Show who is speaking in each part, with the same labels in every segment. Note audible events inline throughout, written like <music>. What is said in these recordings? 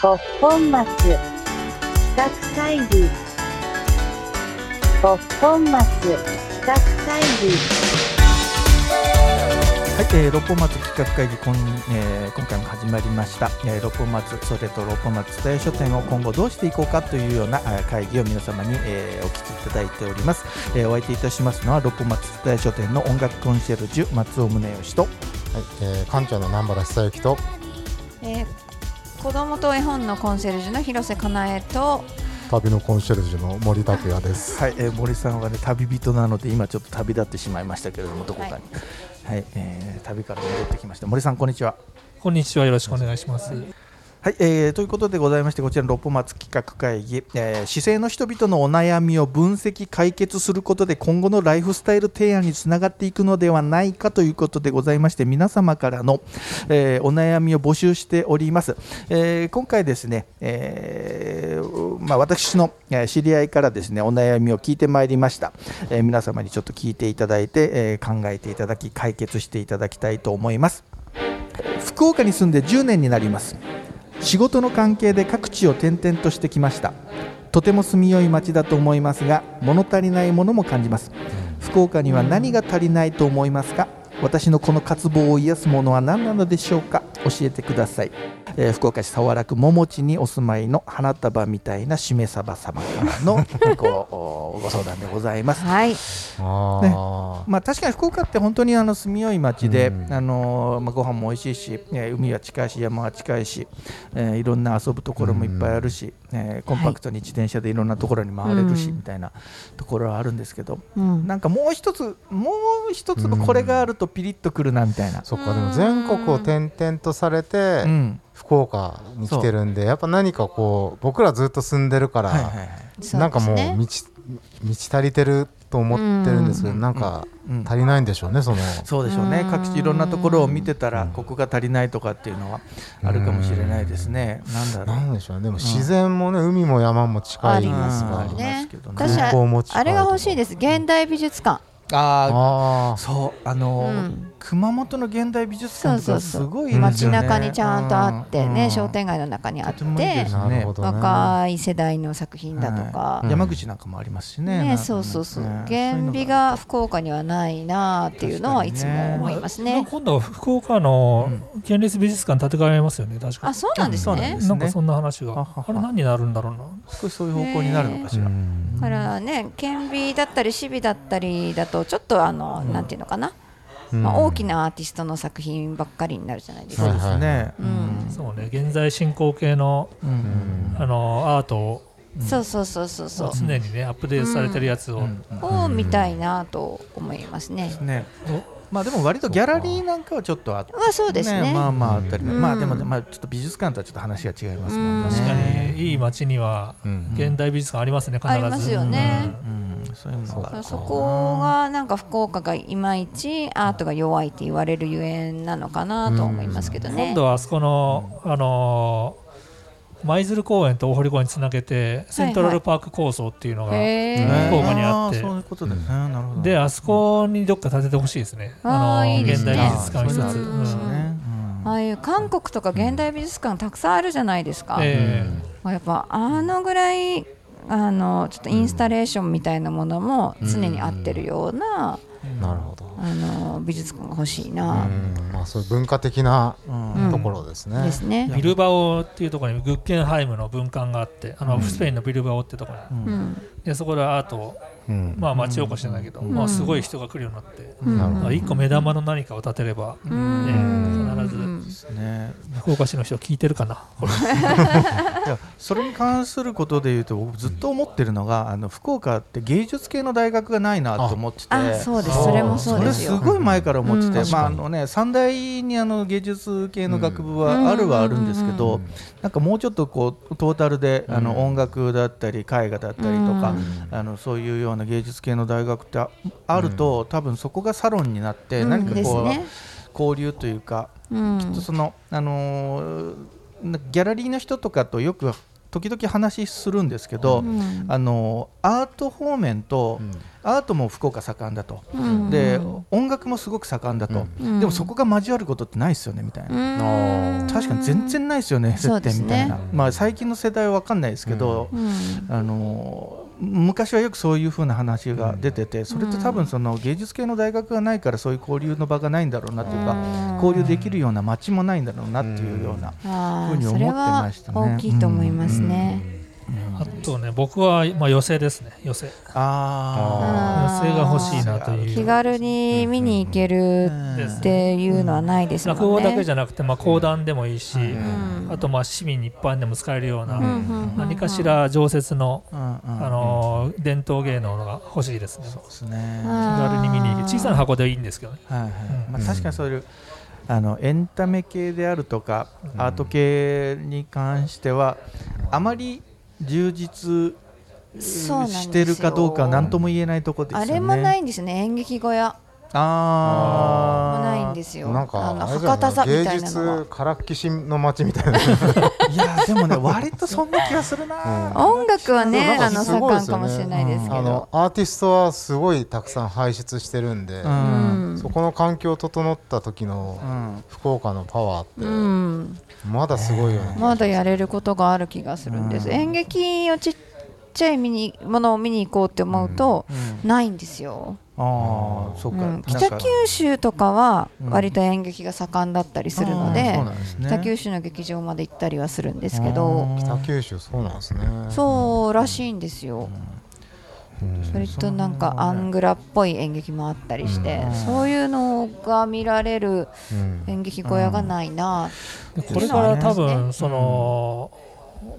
Speaker 1: ごっぽん松企画会議ごっぽん松企画会議
Speaker 2: はい、えー、六本松企画会議今,、えー今回も始まりました、えー、六本松それと六本松伝え書店を今後どうしていこうかというようなあー会議を皆様に、えーお聞きいただいております、えーお相手いたしますのは六本松伝え書店の音楽コンシェルジュ松尾宗義と
Speaker 3: はい、えー、館長の南原久之と、
Speaker 4: えー、子供と絵本のコンシェルジュの広瀬かなえと
Speaker 3: 旅のコンシェルジュの森拓也です。
Speaker 2: はい、えー森さんはね旅人なので今ちょっと旅立ってしまいましたけれどもどこかにはい、えー旅から戻ってきました森さんこんにちは
Speaker 5: こんにちは、よろしくお願いします。
Speaker 2: はい、えーということでございましてこちらの六本松企画会議、えー、市政の人々のお悩みを分析解決することで今後のライフスタイル提案につながっていくのではないかということでございまして皆様からの、えーお悩みを募集しております、えー今回ですね、えーまあ、私のえー知り合いからですねお悩みを聞いてまいりました、えー皆様にちょっと聞いていただいて、えー考えていただき解決していただきたいと思います福岡に住んで10年になります仕事の関係で各地を転々としてきましたとても住みよい町だと思いますが物足りないものも感じます福岡には何が足りないと思いますか私のこの渇望を癒すものは何なのでしょうか教えてください、えー福岡市早良区桃地にお住まいの花束みたいなしめさば様からのごおご相談でございます
Speaker 4: はい
Speaker 3: あ
Speaker 2: まあ、確かに福岡って本当にあの住みよい町で、
Speaker 3: うん
Speaker 2: あのまあ、ご飯も美味しいし、えー海は近いし山は近いし、えーいろんな遊ぶところもいっぱいあるし、えーコンパクトに自転車でいろんなところに回れるし、
Speaker 4: うん
Speaker 2: みたいなところはあるんですけど、
Speaker 4: うん
Speaker 2: なんかもう一つもう一つのこれがあるとピリッとくるなみたいな
Speaker 3: あ、。そっか、でも全国を転々とされて、
Speaker 2: うん
Speaker 3: 福岡に来てるんで、やっぱ何かこう僕らずっと住んでるから、
Speaker 2: はいはいはい
Speaker 3: なんかもう
Speaker 4: そうですね
Speaker 3: 満ち満ち足りてると思ってるんですけど、
Speaker 2: うん
Speaker 3: なんか
Speaker 2: うん
Speaker 3: 足りないんでしょうね、その。
Speaker 2: そうでしょうね
Speaker 4: うん
Speaker 2: 各地いろんなところを見てたら
Speaker 3: うん
Speaker 2: ここが足りないとかっていうのはあるかもしれないですね。なんだろう
Speaker 3: なんでしょうね、でも自然もね、海も山も近いです
Speaker 2: あ
Speaker 3: か
Speaker 2: りま
Speaker 3: ら。
Speaker 2: す
Speaker 4: ね
Speaker 2: けどね
Speaker 4: 私
Speaker 3: 空港も
Speaker 4: は
Speaker 3: 近い
Speaker 4: あれが欲しいです現代美術館
Speaker 2: あー
Speaker 3: ああ、
Speaker 2: そうあのー
Speaker 4: うん
Speaker 2: 熊本の現代美術館とかすごいいいです
Speaker 4: 街
Speaker 2: よね
Speaker 4: 中にちゃんとあっ
Speaker 2: う
Speaker 4: て
Speaker 2: んう
Speaker 4: ね
Speaker 2: ん
Speaker 4: 商店街の中にあっ
Speaker 2: とてもいいで
Speaker 4: て
Speaker 2: す
Speaker 3: なるほどね。
Speaker 4: 若い世代の作品だと
Speaker 2: は
Speaker 4: か
Speaker 2: い
Speaker 3: うん
Speaker 2: 山口なんかもありますしねなん
Speaker 4: ね
Speaker 2: か
Speaker 4: そうそうそう
Speaker 2: ね
Speaker 4: 原美が福岡にはないなーっていうのはいつも思いますね
Speaker 5: 今度は福岡の県立美術館建て替えますよね、確か
Speaker 4: あそうなんです
Speaker 2: そうなん
Speaker 4: ね
Speaker 2: ですね
Speaker 5: なんかそんな話が。
Speaker 2: はは
Speaker 5: あれ何になるんだろうな。
Speaker 2: 少しそういう方向になるのかしら、
Speaker 3: うん
Speaker 4: だからね県美だったり市美だったりだとちょっとあのなんていうのかなまあ、大きなアーティストの作品ばっかりになるじゃないです
Speaker 2: そう
Speaker 4: か。
Speaker 2: ですね、
Speaker 4: うん
Speaker 5: そうね、現在進行形の
Speaker 2: うんうん
Speaker 5: あのアートを
Speaker 4: そうそうそうそうそう。
Speaker 5: 常にね、アップデートされてるやつを。
Speaker 2: うん
Speaker 4: を見たいなと思いますね。
Speaker 2: ねまあでも割とギャラリーなんかはちょっとあって
Speaker 4: はそうですね。
Speaker 2: まあまああったり、
Speaker 4: うん
Speaker 2: まあでも、まあ、ちょっと美術館とはちょっと話が違いますもんね
Speaker 4: うん
Speaker 5: 確かにいい街には
Speaker 3: うん
Speaker 5: 現代美術館ありますね、必ず。
Speaker 4: ありますよね。
Speaker 2: うん、そういうのがある
Speaker 4: そこがなんか福岡がいまいちアートが弱いって言われるゆえんなのかなと思いますけどね
Speaker 5: 今。度はあそこの、あのー舞鶴公園と大堀公園つなげてセントラルパーク構想っていうのが、
Speaker 4: へ
Speaker 2: ね
Speaker 4: え。
Speaker 5: 福岡にあって
Speaker 2: ーそういうことですね、なるほど
Speaker 5: であそこにどっか建ててほしいですね、
Speaker 4: あー
Speaker 5: の
Speaker 4: いいです
Speaker 5: 現
Speaker 4: ね
Speaker 5: 代美術館一つ、
Speaker 2: そういうのあ
Speaker 5: う
Speaker 2: る
Speaker 5: ん
Speaker 2: ね、うん
Speaker 4: ああいう韓国とか現代美術館たくさんあるじゃないですか。
Speaker 5: え
Speaker 4: まあやっぱあのぐらいあのちょっとインスタレーションみたいなものも常に合ってるような、
Speaker 3: なるほど。
Speaker 4: あの美術館が欲しいうな、
Speaker 3: ん、まあそういう文化的な
Speaker 2: うん
Speaker 4: うん
Speaker 3: ところですね。
Speaker 4: です
Speaker 5: え
Speaker 4: ね。
Speaker 5: ビルバオっていうところにグッケンハイムの文館があってあの、スペインのビルバオってところに
Speaker 4: うん
Speaker 5: でそこでアートを、
Speaker 3: うん
Speaker 5: まあ、町おこしじゃないけど、
Speaker 4: ん
Speaker 5: まあ、すごい人が来るようになって、
Speaker 4: うん
Speaker 3: なるほ
Speaker 5: まあ、一個目玉の何かを建てれば、
Speaker 4: うん
Speaker 5: ね必ず
Speaker 2: ね
Speaker 5: 福岡市の人聞いてるかなこれ
Speaker 2: いやそれに関することで言うと僕ずっと思ってるのがあの福岡って芸術系の大学がないなと思ってて
Speaker 4: あそうですそれもそうです
Speaker 2: それ
Speaker 4: よ
Speaker 2: す。ごい前から思ってて、
Speaker 3: うん
Speaker 2: まああのね、三大にあの芸術系の学部はあるはあるんですけど、なんかもうちょっとこうトータルで、あの音楽だったり絵画だったりとか、あのそういうような芸術系の大学ってああると、多分そこがサロンになって、
Speaker 4: うん
Speaker 2: 何かこう、
Speaker 4: ですね
Speaker 2: 交流というか
Speaker 4: うん
Speaker 2: そのあのーなギャラリーの人とかとよく時々話するんですけど、
Speaker 4: うん
Speaker 2: あのアート方面と、
Speaker 3: うん
Speaker 2: アートも福岡盛んだと、
Speaker 4: うん
Speaker 2: で音楽もすごく盛んだと、
Speaker 4: うん
Speaker 2: でもそこが交わることってないですよねみたいな、
Speaker 4: うん
Speaker 2: 確かに全然ないですよね
Speaker 4: そう
Speaker 2: 接
Speaker 4: で
Speaker 2: 点
Speaker 4: すね
Speaker 2: みたいな、まあ、最近の世代は分かんないですけど、
Speaker 4: うん
Speaker 2: あの昔はよくそういうふうな話が出てて、それって多分その芸術系の大学がないからそういう交流の場がないんだろうなというか、交流できるような街もないんだろうなっていうような、
Speaker 4: あ
Speaker 2: ふうに
Speaker 4: ー
Speaker 2: 思
Speaker 4: そ
Speaker 2: って
Speaker 4: れは
Speaker 2: ましたね
Speaker 4: 大きいと思いますね。
Speaker 5: あとね僕はまあ寄席ですね寄席
Speaker 2: あ
Speaker 4: あ
Speaker 5: 寄
Speaker 4: ー
Speaker 5: 席が欲しいなという
Speaker 4: 気軽に見に行けるっていうのはないですもんね。
Speaker 5: 落語だけじ
Speaker 4: ゃ
Speaker 5: ゃなくて、まあ、講談でもいいし、
Speaker 4: ん
Speaker 5: あとまあ市民一般でも使えるような、
Speaker 4: ん
Speaker 5: 何かしら常設の、
Speaker 2: あ、うんうん
Speaker 5: あのー伝統芸能が欲しいですね
Speaker 2: そうですね、
Speaker 4: うん
Speaker 2: は
Speaker 5: 気軽に見に行け小さな箱でいいんですけどね
Speaker 2: いはいまあ、
Speaker 3: うん
Speaker 2: 確かにそういうあのエンタメ系であるとか、アート系に関してはあまり充実
Speaker 4: そうなんですよ
Speaker 2: してるかどうかは何とも言えないところですよ
Speaker 4: あ
Speaker 2: ね。
Speaker 4: れもないいんですね演劇小屋も
Speaker 2: あー
Speaker 4: ないんですよ。
Speaker 3: なんか
Speaker 4: あの
Speaker 3: あれじゃ
Speaker 4: 博多座
Speaker 3: ない
Speaker 4: み
Speaker 3: 芸
Speaker 4: たいなのは
Speaker 3: 術からっきしの街みたいな
Speaker 2: いやでもね割とそんな気がするな、
Speaker 4: 音楽はね
Speaker 3: な
Speaker 4: あ
Speaker 3: んか
Speaker 4: の
Speaker 3: すごいで
Speaker 4: 盛ん
Speaker 3: す
Speaker 4: か
Speaker 3: よね
Speaker 4: もしれないですけ
Speaker 3: あの
Speaker 4: ど。
Speaker 3: アーティストはすごいたくさん輩出してるんで、
Speaker 2: うん
Speaker 3: そこの環境整った時の
Speaker 2: うん
Speaker 3: 福岡のパワーって
Speaker 4: うん
Speaker 3: まだすごいよね、
Speaker 4: まだやれることがある気がするんです。演劇をちっちゃい見にものを見に行こうって思うと、ないんですよ、
Speaker 2: ああそう
Speaker 4: う
Speaker 2: か、なん
Speaker 4: ん、
Speaker 2: か
Speaker 4: 北九州とかは割と演劇が盛んだったりするので,、
Speaker 2: あーそうなんですね
Speaker 4: 北九州の劇場まで行ったりはするんですけど
Speaker 3: 北九州そうなんですね
Speaker 4: そうらしいんですよ。それとなんかアングラっぽい演劇もあったりして、そういうのが見られる
Speaker 3: うん
Speaker 4: 演劇小屋がないな、
Speaker 5: でこれから多分その、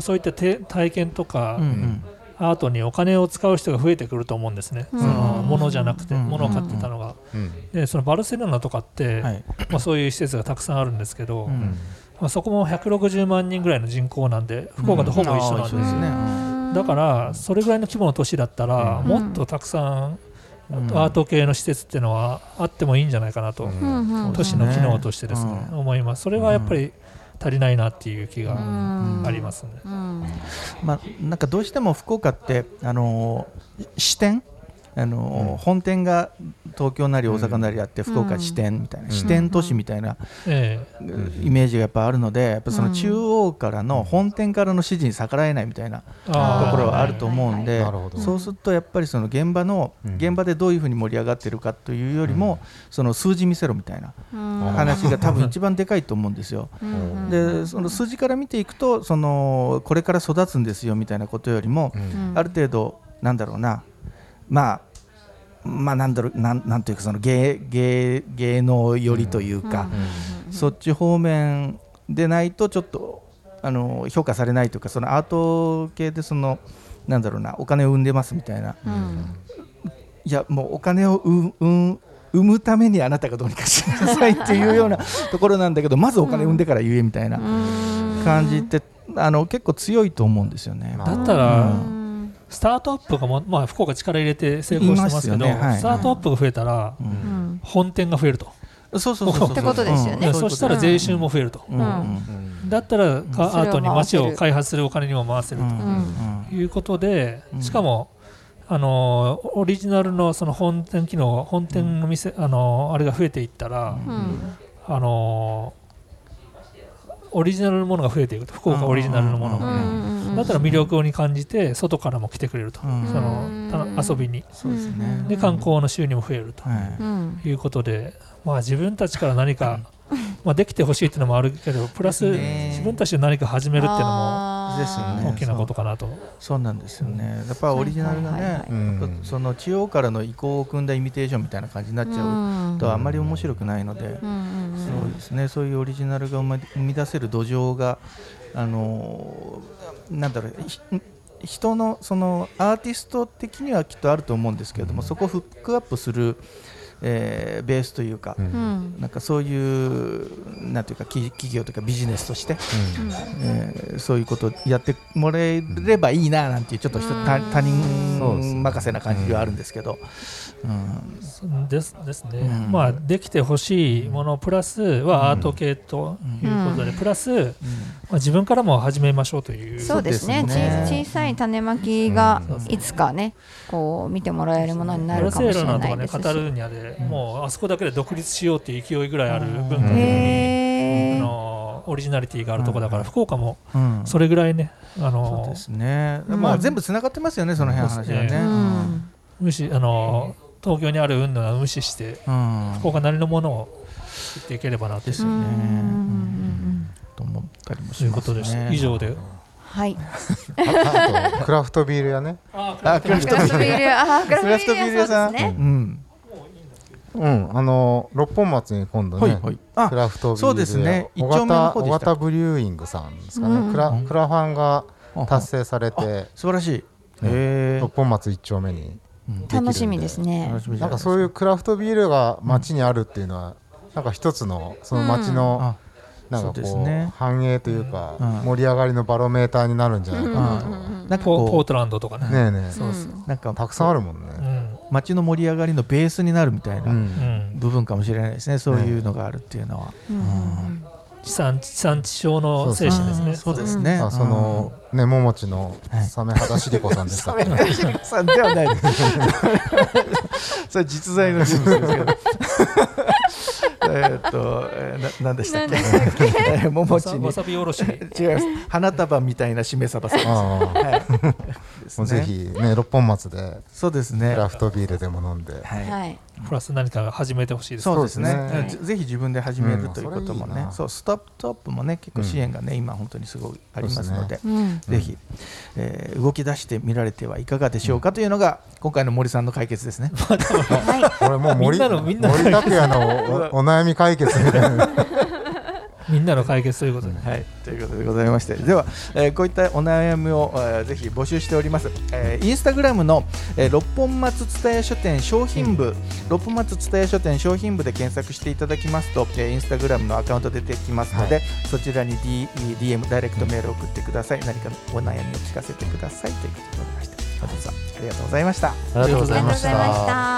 Speaker 5: そういったて体験とか、
Speaker 2: うんうん
Speaker 5: アートにお金を使う人が増えてくると思うんですね、その物じゃなくて、
Speaker 2: うん
Speaker 5: 物を買ってたのが、
Speaker 3: うん
Speaker 5: でそのバルセロナとかって、
Speaker 2: はい
Speaker 5: まあ、そういう施設がたくさんあるんですけど、
Speaker 2: うん
Speaker 5: まあ、そこも160万人ぐらいの人口なんで福岡とほぼ一緒なんです、
Speaker 2: うんあー一緒ですね
Speaker 5: だからそれぐらいの規模の都市だったら、もっとたくさんアート系の施設っていうのはあってもいいんじゃないかなと、都市の機能としてですね、思いますそれはやっぱり足りないなっていう気がありますね、
Speaker 2: まあ、なんかどうしても福岡って、あのー支店、あのー本店が東京なり大阪なりあって、福岡支店みたいな、支店都市みたいな、
Speaker 5: え
Speaker 2: イメージがやっぱあるのでやっぱその中央からの本店からの指示に逆らえないみたいなと
Speaker 5: え
Speaker 4: ー
Speaker 2: ころはあ
Speaker 5: あ
Speaker 2: ると思うん
Speaker 3: はい
Speaker 2: で
Speaker 3: はいはいなるほど
Speaker 2: そうするとやっぱりその現場の
Speaker 3: うん
Speaker 2: 現場でどういうふうに盛り上がってるかというよりもその数字見せろみたいな話が多分一番でかいと思うん
Speaker 3: <laughs>
Speaker 2: ですよ。でその数字から見ていくとそのこれから育つんですよみたいなことよりもある程度なんだろうなまあまあ、なんだろうなんなんというかその芸芸芸能寄りというか、そっち方面でないとちょっとあの評価されないというかそのアート系でそのなんだろうなお金を生んでますみたいな、いやもうお金を生生生むためにあなたがどうにかしなさいっていうような <laughs> ところなんだけどまずお金を生んでから言えみたいな感じってあの結構強いと思うんですよね。
Speaker 5: だったら、スタートアップがも、まあ、福岡力入れて成功してますけど
Speaker 2: いますよねはい
Speaker 5: スタートアップが増えたら、本店が増えると、
Speaker 2: そうそうそうそう
Speaker 4: <laughs>
Speaker 5: って
Speaker 4: ことですよね
Speaker 5: で
Speaker 2: うん
Speaker 5: そしたら税収も増えると、
Speaker 2: うんうん
Speaker 5: だったらか
Speaker 4: そ
Speaker 5: ア
Speaker 4: れ
Speaker 5: ー
Speaker 4: を回せる
Speaker 5: トに街を開発するお金にも回せる
Speaker 2: うんうん
Speaker 5: ということで、しかもあのオリジナルのその本店機能本店の店、あのあれが増えていったら、あのオリジナルのものが増えていくと福岡オリジナルのものが、だったら魅力に感じて外からも来てくれると、
Speaker 2: うん
Speaker 5: そのた遊びに
Speaker 2: そうですね。
Speaker 5: で観光の収入も増えると
Speaker 2: はい
Speaker 5: いうことで、まあ、自分たちから何か、まあ、できてほしいっていうのもあるけどプラス
Speaker 2: ですね
Speaker 5: 自分たちで何か始めるっていうのも
Speaker 2: ですよね。
Speaker 5: 大きなことかなと。
Speaker 2: そうなんですよね。やっぱオリジナルが
Speaker 4: はいはいはい
Speaker 2: ね、
Speaker 3: うん
Speaker 2: その中央からの意向を組んだイミテーションみたいな感じになっちゃうとあんまり面白くないので、そうですね。そういうオリジナルが生ま生み出せる土壌があのーなんだろう。ひ人のそのアーティスト的にはきっとあると思うんですけれどもそこをフックアップする、えーベースというか、なんかそういうなんていうかき企業というかビジネスとして、えーそういうことやってもらえればいいななんていうちょっと人他他
Speaker 3: そうですね
Speaker 2: 人任せな感じではあるんですけど、うん
Speaker 5: そうですですね、
Speaker 2: うん
Speaker 5: まあ、できてほしいものプラスはアート系ということで、プラス、まあ、自分からも始めましょうという
Speaker 4: そうですね
Speaker 2: そうですね
Speaker 4: ち小さい種まきが
Speaker 5: うん
Speaker 4: いつかねこう見てもらえるものにな
Speaker 5: マ
Speaker 4: る
Speaker 5: ル
Speaker 4: か
Speaker 5: セ
Speaker 4: も
Speaker 5: イ
Speaker 4: し
Speaker 5: ロ
Speaker 4: れ
Speaker 5: ナと
Speaker 4: な
Speaker 5: か
Speaker 4: い
Speaker 5: ね
Speaker 4: で
Speaker 5: カ
Speaker 4: す
Speaker 5: タ
Speaker 4: し
Speaker 5: ルーニャで、もうあそこだけで独立しようっていう勢いぐらいある文化
Speaker 3: うん
Speaker 5: に、
Speaker 4: へー
Speaker 5: あのオリジナリティがあるとこだから、福岡も
Speaker 2: うん
Speaker 5: それぐらいね
Speaker 2: そ
Speaker 5: あ
Speaker 2: う
Speaker 5: の
Speaker 2: ですね、
Speaker 4: うん
Speaker 2: まあ全部つながってますよねその辺の話はね
Speaker 5: そうですね
Speaker 4: うん
Speaker 5: 無視あの東京にある運動は無視して
Speaker 2: うん、
Speaker 5: 福岡なりのものを作っていければなと
Speaker 2: です
Speaker 4: う
Speaker 2: よ
Speaker 4: ん
Speaker 2: ね、
Speaker 4: うん
Speaker 2: と思ったりもし
Speaker 5: いう
Speaker 2: ま
Speaker 5: こと
Speaker 2: す、ね、
Speaker 5: です、以上で
Speaker 4: はい
Speaker 3: ああとクラフトビール屋ね
Speaker 5: あ
Speaker 2: あクラフ
Speaker 4: ク
Speaker 2: トビ
Speaker 4: ラフトビ
Speaker 2: ー
Speaker 4: ールあーク
Speaker 2: ルク
Speaker 4: ラ
Speaker 2: ラ
Speaker 4: フ
Speaker 2: フ
Speaker 4: ト
Speaker 2: トビ
Speaker 4: ビー
Speaker 2: ー
Speaker 4: ル
Speaker 2: ル
Speaker 4: 屋
Speaker 2: 屋
Speaker 4: さ
Speaker 2: さん
Speaker 4: んですね
Speaker 2: うん
Speaker 3: うんあの六本松に今度
Speaker 2: はい
Speaker 3: ね
Speaker 2: はい
Speaker 3: ク
Speaker 2: あ
Speaker 3: ラフトビ
Speaker 2: そう
Speaker 3: ー
Speaker 2: です
Speaker 3: ル屋
Speaker 2: ね
Speaker 3: 小
Speaker 2: 一丁目の
Speaker 3: 型
Speaker 2: 方で
Speaker 3: 小
Speaker 2: した
Speaker 3: 型ブリューイングさんですか
Speaker 4: うん
Speaker 3: ねクラ
Speaker 2: うん
Speaker 3: クラファンが達
Speaker 2: あ
Speaker 3: 成されて
Speaker 2: 素晴らしい、
Speaker 3: ね
Speaker 2: へー
Speaker 3: 六本松一丁目に
Speaker 2: うん
Speaker 3: るんで
Speaker 4: 楽しみですね
Speaker 2: 楽しみじ
Speaker 3: な
Speaker 2: ゃ
Speaker 3: ん
Speaker 2: ない
Speaker 3: か
Speaker 2: です
Speaker 3: そういうクラフトビールが街にあるっていうのはなんか一つのその街の
Speaker 2: あ
Speaker 3: なん
Speaker 2: そ
Speaker 3: か
Speaker 2: うで
Speaker 3: こ
Speaker 2: す
Speaker 3: う
Speaker 2: ね
Speaker 3: 繁栄というか
Speaker 2: うん
Speaker 3: 盛り上がりのバロメーターになるんじゃないかなと
Speaker 2: うん
Speaker 4: うん
Speaker 2: なんか
Speaker 5: ポポー
Speaker 2: こ
Speaker 5: トランドとかね
Speaker 3: ねえねえ
Speaker 2: うなんか
Speaker 3: たくさんあるもん
Speaker 5: う
Speaker 3: ね
Speaker 5: ん
Speaker 2: 街の盛り上がりのベースになるみたいうなん
Speaker 5: うん
Speaker 2: 部分かもしれないですね、そういうのがあるっていうのは、
Speaker 4: うんうん
Speaker 5: 地産地産地消の精神ですね。
Speaker 2: そうですね、
Speaker 3: あそのねももちのサメ肌シリコさんでしたっけ
Speaker 2: さんではないです。それ実在の人物ですけど。えーっと、えーな、なんでしたっけ。えーもも
Speaker 5: わ
Speaker 2: ち
Speaker 5: さ
Speaker 2: に
Speaker 5: わ。さびお
Speaker 2: <laughs>
Speaker 5: ろし。
Speaker 2: 違います。花束みたいなしめさばさんです。は
Speaker 3: ああ
Speaker 2: い。です
Speaker 3: もう
Speaker 2: ね
Speaker 3: ぜ。ひね六本松で
Speaker 2: そうです
Speaker 3: ク
Speaker 2: ね。
Speaker 3: ラフトビールでも飲んで
Speaker 2: はい。
Speaker 4: はい
Speaker 5: プラス何か始めてほしいですね。
Speaker 2: そうですね
Speaker 3: そうです
Speaker 4: ね
Speaker 2: ぜぜひ自分で始める
Speaker 3: うん
Speaker 2: ということも
Speaker 3: それいい
Speaker 2: ね
Speaker 3: な、
Speaker 2: そう、ストップトップもね、結構支援がね、今本当にすごいありますので。
Speaker 4: うん
Speaker 2: ぜひ、えー動き出してみられてはいかがでしょうかというのが、今回の森さんの解決ですね。
Speaker 4: はい
Speaker 3: これもう森
Speaker 5: みんなのみんなの
Speaker 3: 森拓也のおお悩み解決みたいな
Speaker 5: みんなの解決ということで。
Speaker 2: はい、 <laughs> ということでございましてでは、えーこういったお悩みを、えーぜひ募集しております、えーインスタグラムの、えー六本松蔦屋書店商品部、六本松蔦屋書店商品部で検索していただきますと、えーインスタグラムのアカウント出てきますので、そちらに、D、DM ダイレクトメールを送ってください何かお悩みを聞かせてくださいということでございまして本日はありがとうございました
Speaker 3: ありがとうご
Speaker 4: ありがとうございました。